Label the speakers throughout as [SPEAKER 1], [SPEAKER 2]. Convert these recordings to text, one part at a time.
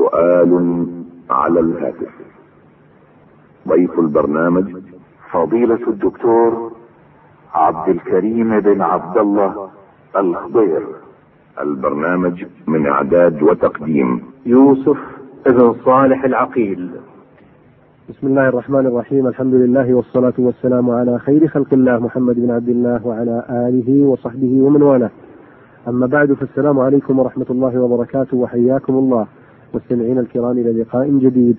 [SPEAKER 1] سؤال على الهاتف ضيف البرنامج
[SPEAKER 2] فضيلة الدكتور عبد الكريم بن عبد الله الخضير
[SPEAKER 1] البرنامج من اعداد وتقديم
[SPEAKER 3] يوسف ابن صالح العقيل
[SPEAKER 4] بسم الله الرحمن الرحيم الحمد لله والصلاة والسلام على خير خلق الله محمد بن عبد الله وعلى آله وصحبه ومن والاه أما بعد فالسلام عليكم ورحمة الله وبركاته وحياكم الله مستمعين الكرام إلى لقاء جديد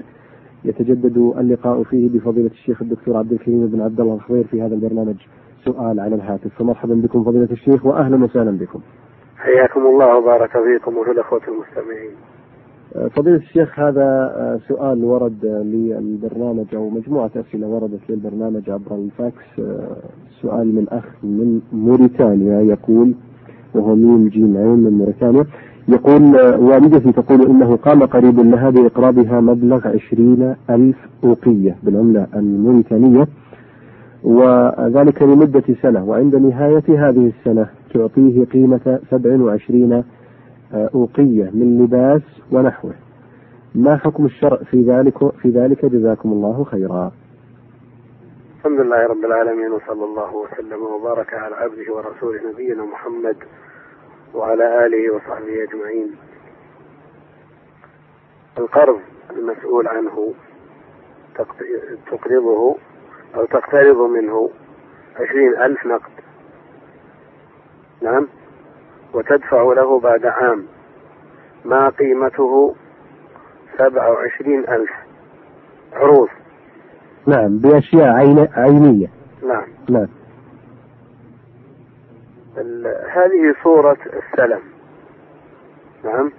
[SPEAKER 4] يتجدد اللقاء فيه بفضيلة الشيخ الدكتور عبد الكريم بن عبد الله الخضير في هذا البرنامج سؤال على الهاتف فمرحبا بكم فضيلة الشيخ وأهلا وسهلا بكم
[SPEAKER 5] حياكم الله وبارك فيكم وفي الأخوة المستمعين
[SPEAKER 4] فضيلة الشيخ هذا سؤال ورد للبرنامج أو مجموعة أسئلة وردت للبرنامج عبر الفاكس سؤال من أخ من موريتانيا يقول وهو ميم جيم عين من موريتانيا يقول والدتي تقول إنه قام قريب لها بإقراضها مبلغ عشرين ألف أوقية بالعملة الموريتانية وذلك لمدة سنة وعند نهاية هذه السنة تعطيه قيمة سبع وعشرين أوقية من لباس ونحوه ما حكم الشرع في ذلك في ذلك جزاكم الله خيرا
[SPEAKER 5] الحمد لله رب العالمين وصلى الله وسلم وبارك على عبده ورسوله نبينا محمد وعلى آله وصحبه أجمعين القرض المسؤول عنه تقرضه أو تقترض منه عشرين ألف نقد نعم وتدفع له بعد عام ما قيمته سبعة وعشرين ألف عروض
[SPEAKER 4] نعم بأشياء عين عينية
[SPEAKER 5] نعم
[SPEAKER 4] نعم
[SPEAKER 5] ال- هذه صورة السلم نعم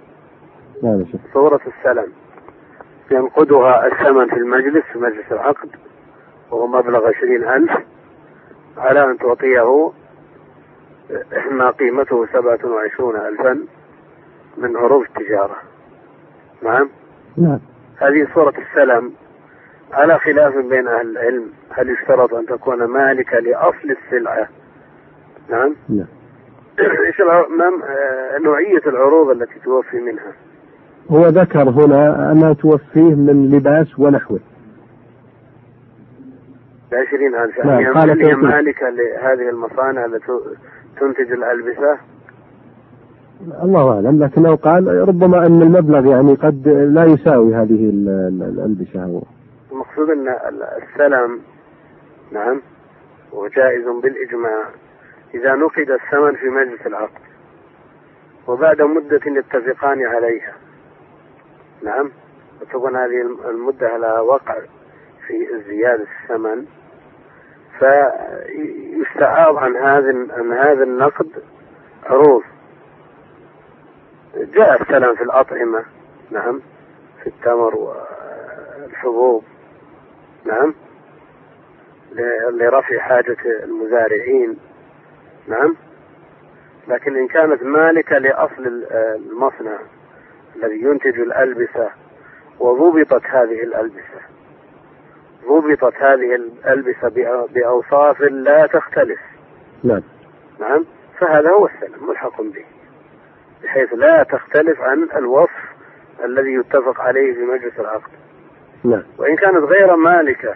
[SPEAKER 4] نعم يا شيخ
[SPEAKER 5] صورة السلم ينقدها الثمن في المجلس في مجلس العقد وهو مبلغ عشرين ألف على أن تعطيه ما قيمته سبعة وعشرون ألفا من عروض التجارة نعم
[SPEAKER 4] نعم
[SPEAKER 5] هذه صورة السلم على خلاف بين أهل العلم هل يشترط أن تكون مالكة لأصل السلعة نعم
[SPEAKER 4] نعم
[SPEAKER 5] ايش الع- ما- آه، نوعية العروض التي توفي منها
[SPEAKER 4] هو ذكر هنا أما توفيه من لباس ونحوه
[SPEAKER 5] بعشرين ألف
[SPEAKER 4] نعم،
[SPEAKER 5] يعني
[SPEAKER 4] قال
[SPEAKER 5] هل هي
[SPEAKER 4] كيف؟
[SPEAKER 5] مالكة لهذه المصانع التي تنتج الألبسة
[SPEAKER 4] الله أعلم لكنه قال ربما أن المبلغ يعني قد لا يساوي هذه ال- ال- الألبسة نعم. أو-
[SPEAKER 5] المقصود أن ال- السلم نعم وجائز بالإجماع إذا نقد الثمن في مجلس العقد وبعد مدة يتفقان عليها نعم وتكون هذه الم- المدة على وقع في زيادة الثمن فيستعاض عن هذا عن هذا النقد عروض جاء السلام في الأطعمة نعم في التمر والحبوب نعم ل- لرفع حاجة المزارعين نعم لكن إن كانت مالكة لأصل ال- المصنع الذي ينتج الألبسة وضبطت هذه الألبسة ضبطت هذه الألبسة بأ- بأوصاف لا تختلف
[SPEAKER 4] نعم
[SPEAKER 5] نعم فهذا هو السلم ملحق به بحيث لا تختلف عن الوصف الذي يتفق عليه في مجلس العقد
[SPEAKER 4] نعم
[SPEAKER 5] وإن كانت غير مالكة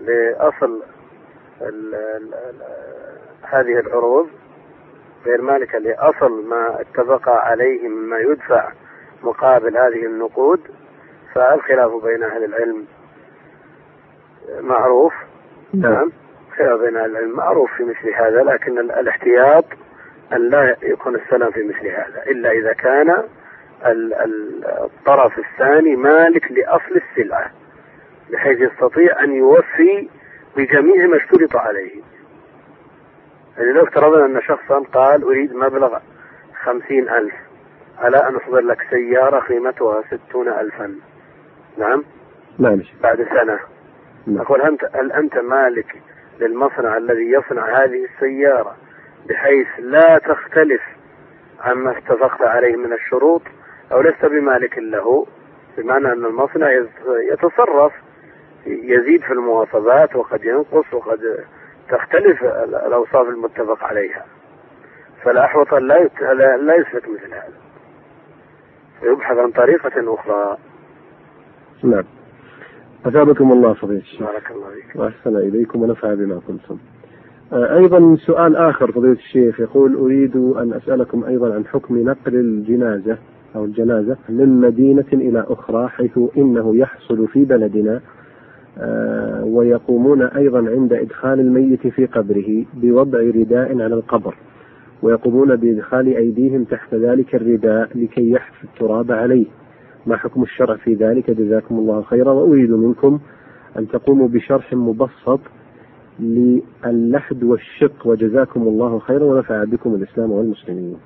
[SPEAKER 5] لأصل ال ال ال هذه العروض غير مالكة لأصل ما اتفق عليه مما يدفع مقابل هذه النقود فالخلاف بين أهل العلم معروف نعم خلاف بين أهل العلم معروف في مثل هذا لكن ال- الاحتياط أن لا يكون السلام في مثل هذا إلا إذا كان ال- ال- الطرف الثاني مالك لأصل السلعة بحيث يستطيع أن يوفي بجميع ما اشترط عليه يعني لو افترضنا أن شخصا قال أريد مبلغ خمسين ألف على أن أصدر لك سيارة قيمتها ستون ألفا نعم
[SPEAKER 4] نعم يا شيخ
[SPEAKER 5] بعد سنة
[SPEAKER 4] نعم.
[SPEAKER 5] أقول أنت هل أنت مالك للمصنع الذي يصنع هذه السيارة بحيث لا تختلف عما اتفقت عليه من الشروط أو لست بمالك له بمعنى أن المصنع يز- يتصرف يزيد في المواصفات وقد ينقص وقد تختلف ال- الأوصاف المتفق عليها فالأحوط أن لا يت- لا- لا يسلك مثل هذا يبحث عن طريقة أخرى
[SPEAKER 4] نعم أثابكم الله فضيلة الشيخ
[SPEAKER 5] بارك الله فيك
[SPEAKER 4] وأحسن إليكم ونفع بما قلتم آه، أيضا سؤال آخر فضيلة الشيخ يقول أريد أن أسألكم أيضا عن حكم نقل الجنازة أو الجنازة من مدينة إلى أخرى حيث إنه يحصل في بلدنا آه، ويقومون أيضا عند إدخال الميت في قبره بوضع رداء على القبر ويقومون بإدخال أيديهم تحت ذلك الرداء لكي يحفي التراب عليه ما حكم الشرع في ذلك جزاكم الله خيرا وأريد منكم أن تقوموا بشرح مبسط للحد والشق وجزاكم الله خيرا ونفع بكم الإسلام والمسلمين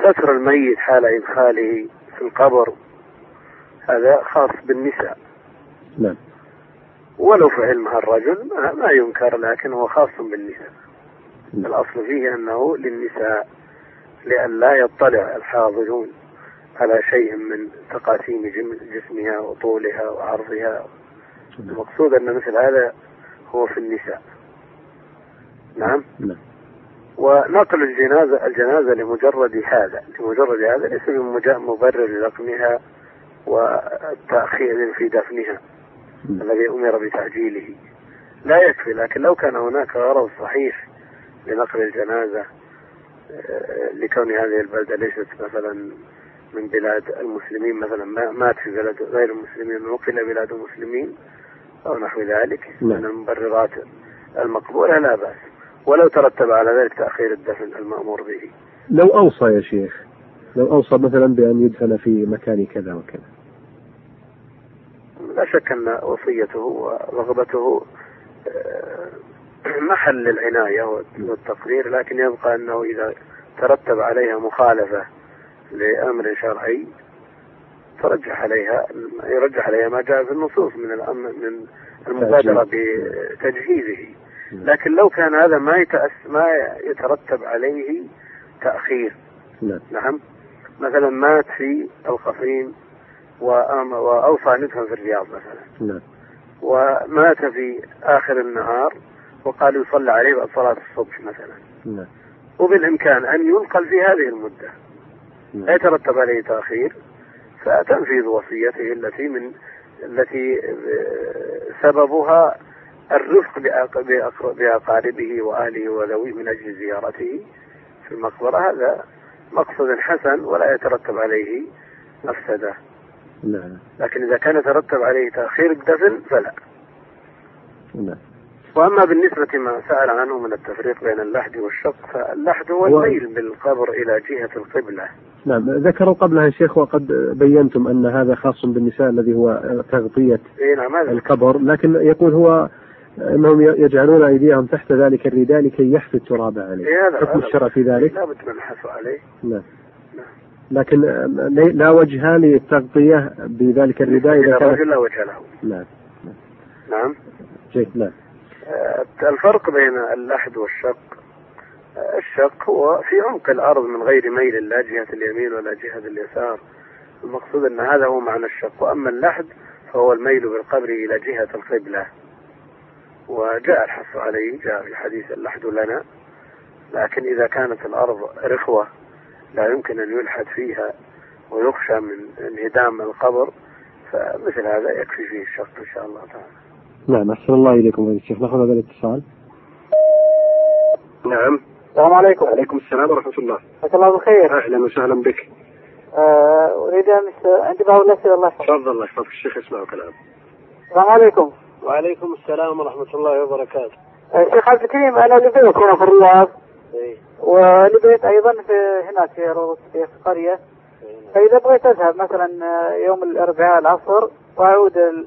[SPEAKER 5] ستر الميت حال إدخاله في القبر هذا خاص بالنساء
[SPEAKER 4] نعم.
[SPEAKER 5] ولو فعلها الرجل ما- ما ينكر لكن هو خاص بالنساء
[SPEAKER 4] نعم.
[SPEAKER 5] الأصل فيه أنه للنساء لئلا يطلع الحاضرون على شيء من تقاسيم جم- جسمها وطولها وعرضها
[SPEAKER 4] نعم.
[SPEAKER 5] المقصود أن مثل هذا هو في النساء نعم
[SPEAKER 4] نعم.
[SPEAKER 5] ونقل الجنازة الجنازة لمجرد هذا لمجرد هذا ليس بمجا- مبرر لرقمها والتأخير في دفنها
[SPEAKER 4] نعم.
[SPEAKER 5] الذي أمر بتعجيله لا يكفي لكن لو كان هناك غرض صحيح لنقل الجنازة آه، لكون هذه البلدة ليست مثلا من بلاد المسلمين مثلا ما- مات في بلد غير المسلمين نقل بلاد المسلمين أو نحو ذلك
[SPEAKER 4] نعم.
[SPEAKER 5] من المبررات المقبولة لا بأس ولو ترتب على ذلك تأخير الدفن المأمور به
[SPEAKER 4] لو أوصى يا شيخ لو أوصى مثلا بأن يدفن في مكان كذا وكذا
[SPEAKER 5] لا شك أن وصيته ورغبته آه، محل العناية والتقدير لكن يبقى أنه إذا ترتب عليها مخالفة لأمر شرعي ترجح عليها يرجح عليها ما جاء في النصوص من الأمر من المبادرة بتجهيزه لكن لو كان هذا ما يتأس ما يترتب عليه تأخير
[SPEAKER 4] نعم.
[SPEAKER 5] نعم مثلا مات في القصيم وأم- وأوصى أن يدفن في الرياض مثلا
[SPEAKER 4] نعم.
[SPEAKER 5] ومات في آخر النهار وقال يصلى عليه بعد صلاة الصبح مثلا
[SPEAKER 4] نعم.
[SPEAKER 5] وبالإمكان أن ينقل في هذه المدة لا
[SPEAKER 4] نعم.
[SPEAKER 5] يترتب عليه تأخير فتنفيذ وصيته التي من التي آه، سببها الرفق بأق- بأقر- بأقاربه وأهله وذويه من أجل زيارته في المقبرة هذا مقصد حسن ولا يترتب عليه مفسدة
[SPEAKER 4] نعم.
[SPEAKER 5] لكن إذا كان يترتب عليه تأخير الدفن فلا
[SPEAKER 4] نعم.
[SPEAKER 5] واما بالنسبه ما سال عنه من التفريق بين اللحد والشق فاللحد هو
[SPEAKER 4] هو-
[SPEAKER 5] الميل بالقبر الى جهه القبله
[SPEAKER 4] نعم ذكروا قبلها يا شيخ وقد بينتم أن هذا خاص بالنساء الذي هو تغطية
[SPEAKER 5] اي نعم هذا
[SPEAKER 4] القبر لكن يقول هو أنهم يجعلون أيديهم تحت ذلك الرداء لكي يحفي التراب عليه
[SPEAKER 5] إيه هذا-
[SPEAKER 4] حكم
[SPEAKER 5] هذا-
[SPEAKER 4] الشرع في ذلك
[SPEAKER 5] لا بد من الحث عليه
[SPEAKER 4] نعم لكن آه، لي- لا وجه للتغطية بذلك الرداء
[SPEAKER 5] الى
[SPEAKER 4] إذا كان
[SPEAKER 5] الرجل لا وجه له
[SPEAKER 4] نعم
[SPEAKER 5] نعم
[SPEAKER 4] جيد نعم
[SPEAKER 5] آه، الفرق بين اللحد والشق آه، الشق هو في عمق الارض من غير ميل لا جهه اليمين ولا جهه اليسار المقصود ان هذا هو معنى الشق واما اللحد فهو الميل بالقبر الى جهه القبله وجاء الحث عليه جاء في حديث اللحد لنا لكن اذا كانت الارض رخوه لا يمكن ان يلحد فيها ويخشى من انهدام القبر فمثل هذا يكفي فيه الشق ان شاء الله تعالى
[SPEAKER 4] نعم أحسن الله إليكم فضيلة الشيخ نأخذ هذا الاتصال
[SPEAKER 5] نعم
[SPEAKER 3] السلام عليكم. وعليكم السلام ورحمة الله. مساك الله بالخير. أهلا وسهلا بك.
[SPEAKER 6] آه، أريد أن أس- عندي بعض الأسئلة الله يحفظك.
[SPEAKER 3] تفضل الله يحفظك الشيخ اسمعوا كلام.
[SPEAKER 6] السلام عليكم.
[SPEAKER 3] وعليكم السلام ورحمة الله وبركاته.
[SPEAKER 6] آه، شيخ عبد الكريم أنا لبيت هنا في الرياض
[SPEAKER 3] إيه.
[SPEAKER 6] ولبيت أيضا في هناك في روضة في قرية
[SPEAKER 3] إيه.
[SPEAKER 6] فإذا بغيت أذهب مثلا آه، يوم الأربعاء العصر وأعود ال-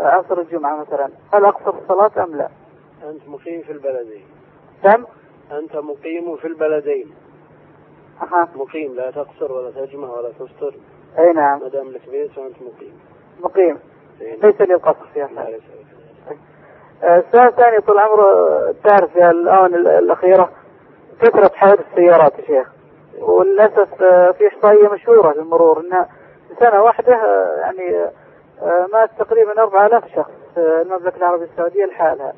[SPEAKER 6] آه، عصر الجمعة مثلا هل أقصر الصلاة أم لا؟
[SPEAKER 3] أنت مقيم في البلدين.
[SPEAKER 6] تم؟
[SPEAKER 3] أنت مقيم في البلدين.
[SPEAKER 6] أها
[SPEAKER 3] مقيم لا تقصر ولا تجمع ولا تستر
[SPEAKER 6] أي نعم
[SPEAKER 3] ما دام لك بيت فأنت مقيم.
[SPEAKER 6] مقيم
[SPEAKER 3] إيه.
[SPEAKER 6] ليس لي القصر فيها
[SPEAKER 3] الله
[SPEAKER 6] حاجة.
[SPEAKER 3] يسعدك.
[SPEAKER 6] السؤال الثاني طول عمره تعرف يا الآن ال- الأخيرة كثرة حوادث السيارات يا شيخ وللأسف آه، في إحصائية مشهورة للمرور أنها في سنة واحدة آه، يعني آه، مات تقريبا 4000 شخص في المملكة العربية السعودية لحالها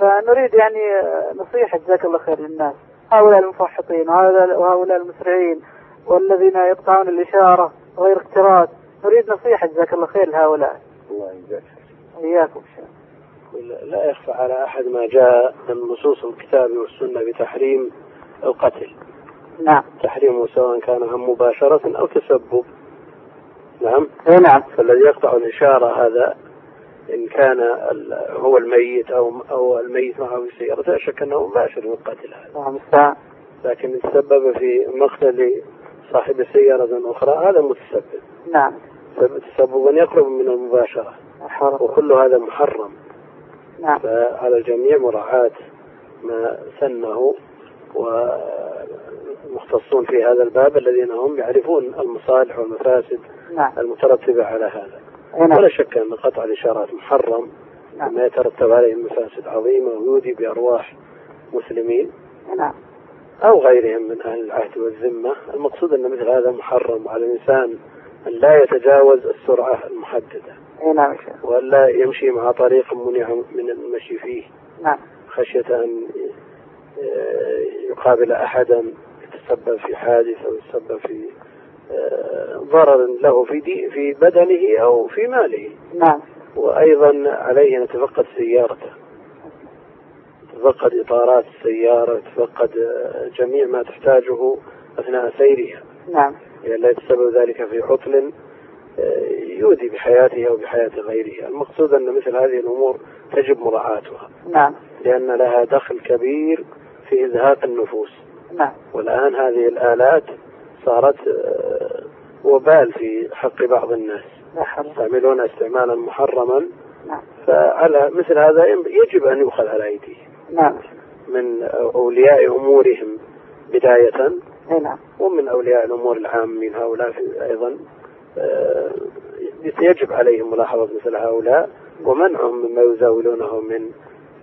[SPEAKER 6] فنريد يعني آه، نصيحة جزاك الله خير للناس هؤلاء المفحطين وهؤلاء وهؤلاء المسرعين والذين يقطعون الإشارة غير اقتراض نريد نصيحة جزاك الله خير لهؤلاء
[SPEAKER 5] الله يجزاك خير.
[SPEAKER 6] إياكم شيخ
[SPEAKER 5] لا يخفى على أحد ما جاء من نصوص الكتاب والسنة بتحريم القتل
[SPEAKER 6] نعم
[SPEAKER 5] تحريمه سواء كان عن مباشرة أو تسبب نعم
[SPEAKER 6] إي نعم
[SPEAKER 5] فالذي يقطع الإشارة هذا إن كان ال- هو الميت أو أو الميت معه في سيارته لا شك أنه مباشر بالقتل هذا
[SPEAKER 6] نعم الساعة
[SPEAKER 5] لكن إن تسبب في مقتل صاحب سيارة أخرى هذا متسبب
[SPEAKER 6] نعم
[SPEAKER 5] تسبب- تسببا يقرب من المباشرة
[SPEAKER 6] لا حول ولا قوة.
[SPEAKER 5] وكل هذا محرم
[SPEAKER 6] نعم
[SPEAKER 5] فعلى الجميع مراعاة ما سنه ومختصون في هذا الباب الذين هم يعرفون المصالح والمفاسد
[SPEAKER 6] نعم
[SPEAKER 5] المترتبة على هذا
[SPEAKER 6] إي نعم
[SPEAKER 5] ولا شك أن قطع الإشارات محرم
[SPEAKER 6] نعم.
[SPEAKER 5] ما يترتب عليه من مفاسد عظيمة ويودي بأرواح مسلمين
[SPEAKER 6] إي نعم
[SPEAKER 5] أو غيرهم من أهل العهد والذمة المقصود أن مثل هذا محرم على الإنسان أن لا يتجاوز السرعة المحددة
[SPEAKER 6] إي نعم يا شيخ
[SPEAKER 5] وأن لا يمشي مع طريق منع من المشي فيه
[SPEAKER 6] نعم
[SPEAKER 5] خشية أن آه، يقابل أحدا يتسبب في حادث أو يتسبب في آه، ضرر له في دي في بدنه أو في ماله
[SPEAKER 6] نعم
[SPEAKER 5] وأيضا عليه أن يتفقد سيارته يتفقد إطارات السيارة يتفقد آه، جميع ما تحتاجه أثناء سيرها
[SPEAKER 6] نعم
[SPEAKER 5] لأن لا يتسبب ذلك في عطل آه، يؤذي بحياته أو بحياة غيره المقصود أن مثل هذه الأمور تجب مراعاتها
[SPEAKER 6] نعم
[SPEAKER 5] لأن لها دخل كبير في إزهاق النفوس
[SPEAKER 6] نعم
[SPEAKER 5] والآن هذه الآلات صارت آه، وبال في حق بعض الناس
[SPEAKER 6] لا حول
[SPEAKER 5] يستعملونها استعمالا محرما
[SPEAKER 6] نعم.
[SPEAKER 5] فعلى مثل هذا ينب- يجب أن يؤخذ على أيديهم
[SPEAKER 6] نعم
[SPEAKER 5] من أولياء أمورهم بداية
[SPEAKER 6] إي نعم
[SPEAKER 5] ومن أولياء الأمور العامين هؤلاء في- أيضا آه، يجب عليهم ملاحظة مثل هؤلاء ومنعهم مما يزاولونه من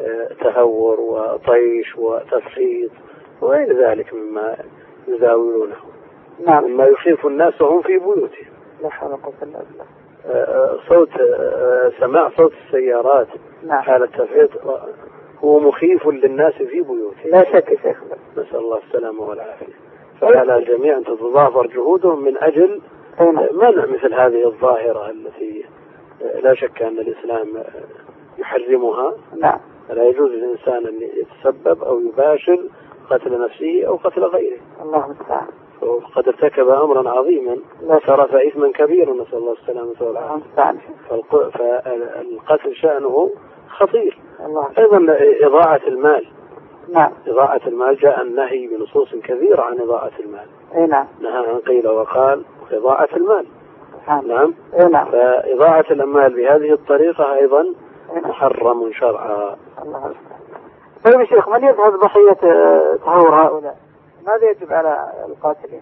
[SPEAKER 5] آه، تهور وطيش وتسخيط وغير ذلك مما يزاولونه
[SPEAKER 6] نعم
[SPEAKER 5] مما يخيف الناس وهم في بيوتهم
[SPEAKER 6] لا حول ولا قوة إلا بالله
[SPEAKER 5] آه، آه، صوت آه، سماع صوت السيارات
[SPEAKER 6] نعم
[SPEAKER 5] حال التفحيط آه، هو مخيف للناس في بيوتهم
[SPEAKER 6] نعم، لا شك يا شيخ
[SPEAKER 5] نسأل الله السلامة والعافية فعلى الجميع أن تتضافر جهودهم من أجل
[SPEAKER 6] إي نعم
[SPEAKER 5] منع مثل هذه الظاهرة التي آه، لا شك أن الإسلام آه، يحرمها
[SPEAKER 6] نعم
[SPEAKER 5] لا يجوز للإنسان أن يتسبب أو يباشر قتل نفسه أو قتل غيره
[SPEAKER 6] الله المستعان
[SPEAKER 5] وقد ارتكب أمرا عظيما
[SPEAKER 6] لا شك
[SPEAKER 5] شرف إثما كبيرا نسأل الله السلامة
[SPEAKER 6] الله
[SPEAKER 5] والعافية
[SPEAKER 6] المستعان شيخ.
[SPEAKER 5] فالق- فالقتل شأنه خطير
[SPEAKER 6] الله
[SPEAKER 5] أيضا إضاعة المال
[SPEAKER 6] نعم
[SPEAKER 5] إضاعة المال جاء النهي بنصوص كثيرة عن إضاعة المال
[SPEAKER 6] إي نعم
[SPEAKER 5] نهى عن قيل وقال إضاعة المال
[SPEAKER 6] سبحان الله
[SPEAKER 5] نعم
[SPEAKER 6] إي نعم
[SPEAKER 5] فإضاعة الأموال بهذه الطريقة أيضا
[SPEAKER 6] إي نعم
[SPEAKER 5] محرم شرعا
[SPEAKER 6] الله المستعان طيب يا شيخ من يذهب ضحية آه، تهور هؤلاء؟ ماذا يجب على القاتلين؟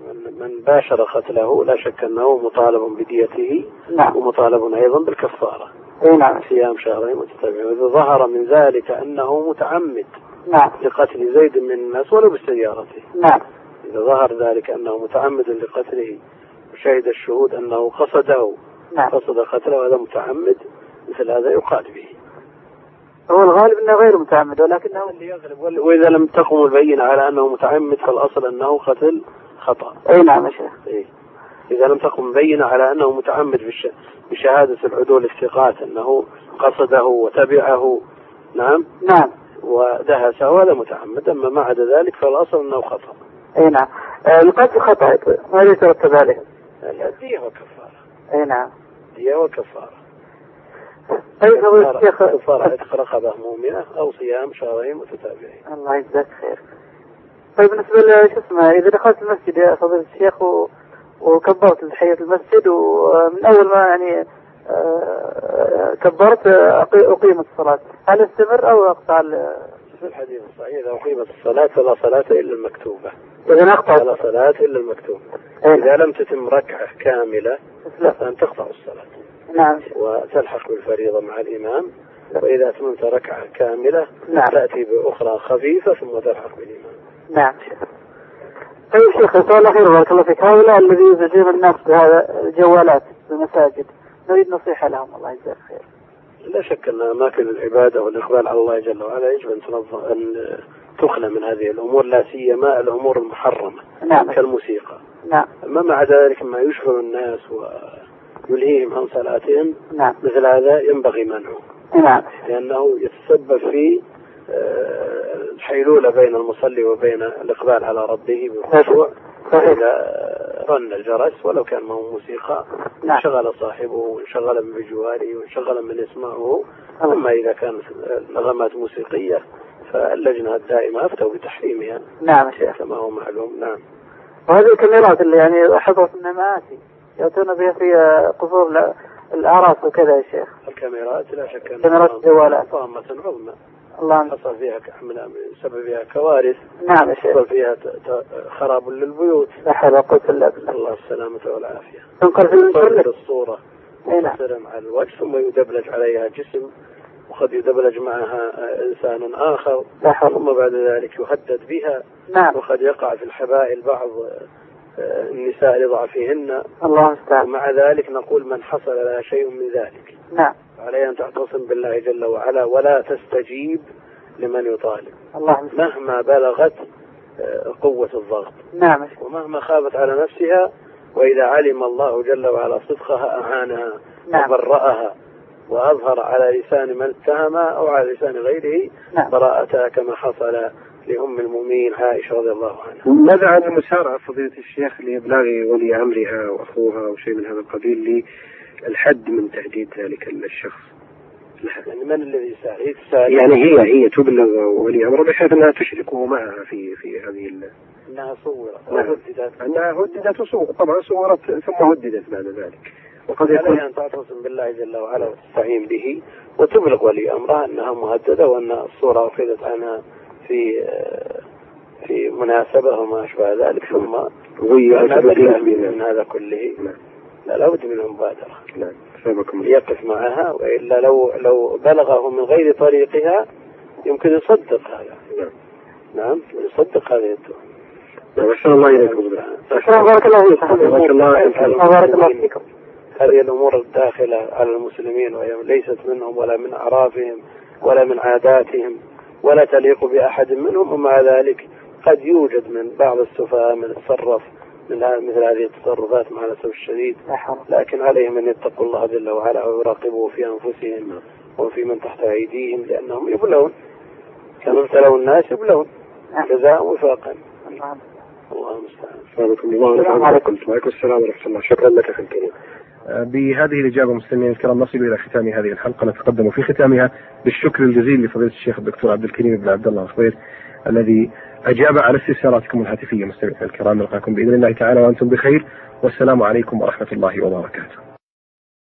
[SPEAKER 5] من- من باشر قتله لا شك أنه مطالب بديته
[SPEAKER 6] نعم
[SPEAKER 5] ومطالب أيضا بالكفارة
[SPEAKER 6] إي نعم
[SPEAKER 5] صيام شهرين متتابعين وإذا ظهر من ذلك أنه متعمد
[SPEAKER 6] نعم
[SPEAKER 5] لقتل زيد من الناس ولو بسيارته
[SPEAKER 6] نعم
[SPEAKER 5] إذا ظهر ذلك أنه متعمد لقتله وشهد الشهود أنه قصده
[SPEAKER 6] نعم
[SPEAKER 5] قصد قتله هذا متعمد مثل هذا يقال به
[SPEAKER 6] هو الغالب أنه غير متعمد ولكنه
[SPEAKER 5] اللي يغلب وال- وإذا لم تقم البينة على أنه متعمد فالأصل أنه قتل خطأ
[SPEAKER 6] إي نعم يا شيخ
[SPEAKER 5] إيه؟ إذا لم تقم بينة على أنه متعمد بالش... بشهادة العدول الثقات أنه قصده وتبعه نعم
[SPEAKER 6] نعم
[SPEAKER 5] ودهسه هذا متعمد أما ما عدا ذلك فالأصل أنه خطأ
[SPEAKER 6] إي نعم آه، القتل خطأ ماذا يترتب عليه؟
[SPEAKER 5] دية وكفارة
[SPEAKER 6] إي نعم
[SPEAKER 5] دية وكفارة إيه،
[SPEAKER 6] طيب فضيلة الشيخ
[SPEAKER 5] كفارة كفارة عتق رقبة مؤمنة أو صيام شهرين متتابعين
[SPEAKER 6] الله يجزاك خير. طيب بالنسبة ل- شو اسمه إذا دخلت المسجد يا فضيلة الشيخ و... وكبرت تحية المسجد ومن أول ما يعني آه، كبرت آه، أقي- أقيمت الصلاة هل استمر أو أقطع ال-
[SPEAKER 5] في الحديث الصحيح إذا أقيمت الصلاة فلا صلاة إلا المكتوبة
[SPEAKER 6] إذا أقطع
[SPEAKER 5] فلا صلاة إلا المكتوبة
[SPEAKER 6] إي
[SPEAKER 5] إذا
[SPEAKER 6] نعم.
[SPEAKER 5] لم تتم ركعة كاملة
[SPEAKER 6] لا.
[SPEAKER 5] فأن تقطع الصلاة
[SPEAKER 6] نعم
[SPEAKER 5] وتلحق بالفريضة مع الإمام وإذا أتممت ركعة كاملة
[SPEAKER 6] نعم
[SPEAKER 5] تأتي بأخرى خفيفة ثم تلحق بالإمام
[SPEAKER 6] نعم شيخ. طيب شيخ السؤال الأخير بارك الله فيك هؤلاء الذين يزعجون الناس بهذا الجوالات في المساجد نريد نصيحة لهم الله يجزاك خير
[SPEAKER 5] لا شك أن أماكن العبادة والإقبال على الله جل وعلا يجب أن تنظم أن تخلى من هذه الأمور لا سيما الأمور المحرمة
[SPEAKER 6] نعم.
[SPEAKER 5] كالموسيقى
[SPEAKER 6] نعم
[SPEAKER 5] أما مع ذلك ما يشغل الناس ويلهيهم عن صلاتهم
[SPEAKER 6] نعم
[SPEAKER 5] مثل هذا ينبغي منعه
[SPEAKER 6] نعم
[SPEAKER 5] لأنه يتسبب في آه، الحيلولة بين المصلي وبين الإقبال على ربه بالخشوع
[SPEAKER 6] صحيح
[SPEAKER 5] إذا رن الجرس ولو كان معه موسيقى
[SPEAKER 6] نعم.
[SPEAKER 5] انشغل صاحبه وانشغل من بجواره وانشغل من يسمعه
[SPEAKER 6] نعم.
[SPEAKER 5] أما إذا كانت نغمات موسيقية فاللجنة الدائمة أفتوا بتحريمها
[SPEAKER 6] نعم يا شيخ
[SPEAKER 5] كما هو معلوم نعم
[SPEAKER 6] وهذه الكاميرات اللي يعني حضرت النماذج يأتون بها في آه، قصور ال- الأعراس وكذا يا شيخ
[SPEAKER 5] الكاميرات لا شك أنها
[SPEAKER 6] كاميرات الجوالات.
[SPEAKER 5] ضامة عظمى
[SPEAKER 6] الله يعينك.
[SPEAKER 5] حصل فيها ك- من سبب فيها كوارث
[SPEAKER 6] نعم يا شيخ
[SPEAKER 5] حصل فيها ت- ت- خراب للبيوت
[SPEAKER 6] لا حول ولا قوة إلا بالله
[SPEAKER 5] الله السلامة والعافية طيب،
[SPEAKER 6] تنقل في
[SPEAKER 5] تصدر
[SPEAKER 6] المسلك
[SPEAKER 5] الصورة
[SPEAKER 6] أي نعم
[SPEAKER 5] ترم على الوجه ثم يدبلج عليها جسم وقد يدبلج معها آه، إنسان آخر
[SPEAKER 6] لا حول
[SPEAKER 5] ثم بعد ذلك يهدد بها
[SPEAKER 6] نعم
[SPEAKER 5] وقد يقع في الحبائل بعض آه، النساء لضعفهن
[SPEAKER 6] الله المستعان
[SPEAKER 5] ومع ذلك نقول من حصل لها شيء من ذلك
[SPEAKER 6] نعم
[SPEAKER 5] عليها أن تعتصم بالله جل وعلا ولا تستجيب لمن يطالب
[SPEAKER 6] الله المستعان
[SPEAKER 5] مهما بلغت آه، قوة الضغط
[SPEAKER 6] نعم يا شيخ
[SPEAKER 5] ومهما خافت على نفسها وإذا علم الله جل وعلا صدقها أعانها
[SPEAKER 6] نعم
[SPEAKER 5] وبرأها وأظهر على لسان من اتهم أو على لسان غيره
[SPEAKER 6] نعم.
[SPEAKER 5] براءتها كما حصل لأم المؤمنين عائشة رضي الله عنها
[SPEAKER 7] ماذا عن المسارعة فضيلة الشيخ لإبلاغ ولي أمرها وأخوها وشيء من هذا القبيل للحد من تهديد ذلك الشخص لها؟
[SPEAKER 5] يعني من الذي يساعد؟ هي تساعد
[SPEAKER 7] يعني هي هي تبلغ ولي أمرها بحيث أنها تشركه معها في في هذه ال-
[SPEAKER 5] أنها صورت
[SPEAKER 7] نعم.
[SPEAKER 5] وهددت
[SPEAKER 7] أنها هددت وصور طبعا صورت ثم هددت بعد ذلك وقد يكون
[SPEAKER 5] عليها أن تعتصم بالله جل وعلا وتستعين به وتبلغ ولي أمرها أنها مهددة وأن الصورة أخذت عنها في آه، في مناسبة وما أشبه ذلك ثم
[SPEAKER 6] يعني
[SPEAKER 7] غير
[SPEAKER 5] أنا بريء من
[SPEAKER 7] سبب
[SPEAKER 5] يعني هذا كله
[SPEAKER 7] نعم.
[SPEAKER 5] لا لابد من المبادرة
[SPEAKER 7] نعم سبكم الله
[SPEAKER 5] يقف معها والا لو لو بلغه من غير طريقها يمكن يصدق هذا
[SPEAKER 7] نعم.
[SPEAKER 5] نعم يصدق هذه التهمه
[SPEAKER 7] نعم، أحسن الله إليكم
[SPEAKER 6] شيخ بارك الله فيك
[SPEAKER 7] بارك الله فيك.
[SPEAKER 6] بارك الله فيكم
[SPEAKER 5] هذه الامور الداخله على المسلمين وهي ليست منهم ولا من اعرافهم ولا من عاداتهم ولا تليق باحد منهم ومع ذلك قد يوجد من بعض السفهاء من يتصرف من ه- مثل هذه التصرفات مع الاسف الشديد
[SPEAKER 6] لا حول
[SPEAKER 5] لكن عليهم ان يتقوا الله جل وعلا ويراقبوا في انفسهم وفي من تحت ايديهم لانهم يبلون كما ابتلوا الناس يبلون
[SPEAKER 6] نعم.
[SPEAKER 5] جزاء وفاقا
[SPEAKER 6] الله
[SPEAKER 5] الله المستعان
[SPEAKER 7] سلامكم الله
[SPEAKER 6] السلام عليكم.
[SPEAKER 7] وعليكم السلام ورحمة الله شكرا لك أخي الكريم
[SPEAKER 3] أه، بهذه الإجابة مستمعينا الكرام نصل إلى ختام هذه الحلقة نتقدم في ختامها بالشكر الجزيل لفضيلة الشيخ الدكتور عبد الكريم بن عبد الله الخبير الذي أجاب على استفساراتكم الهاتفية مستمعينا الكرام نلقاكم بإذن الله تعالى وأنتم بخير والسلام عليكم ورحمة الله وبركاته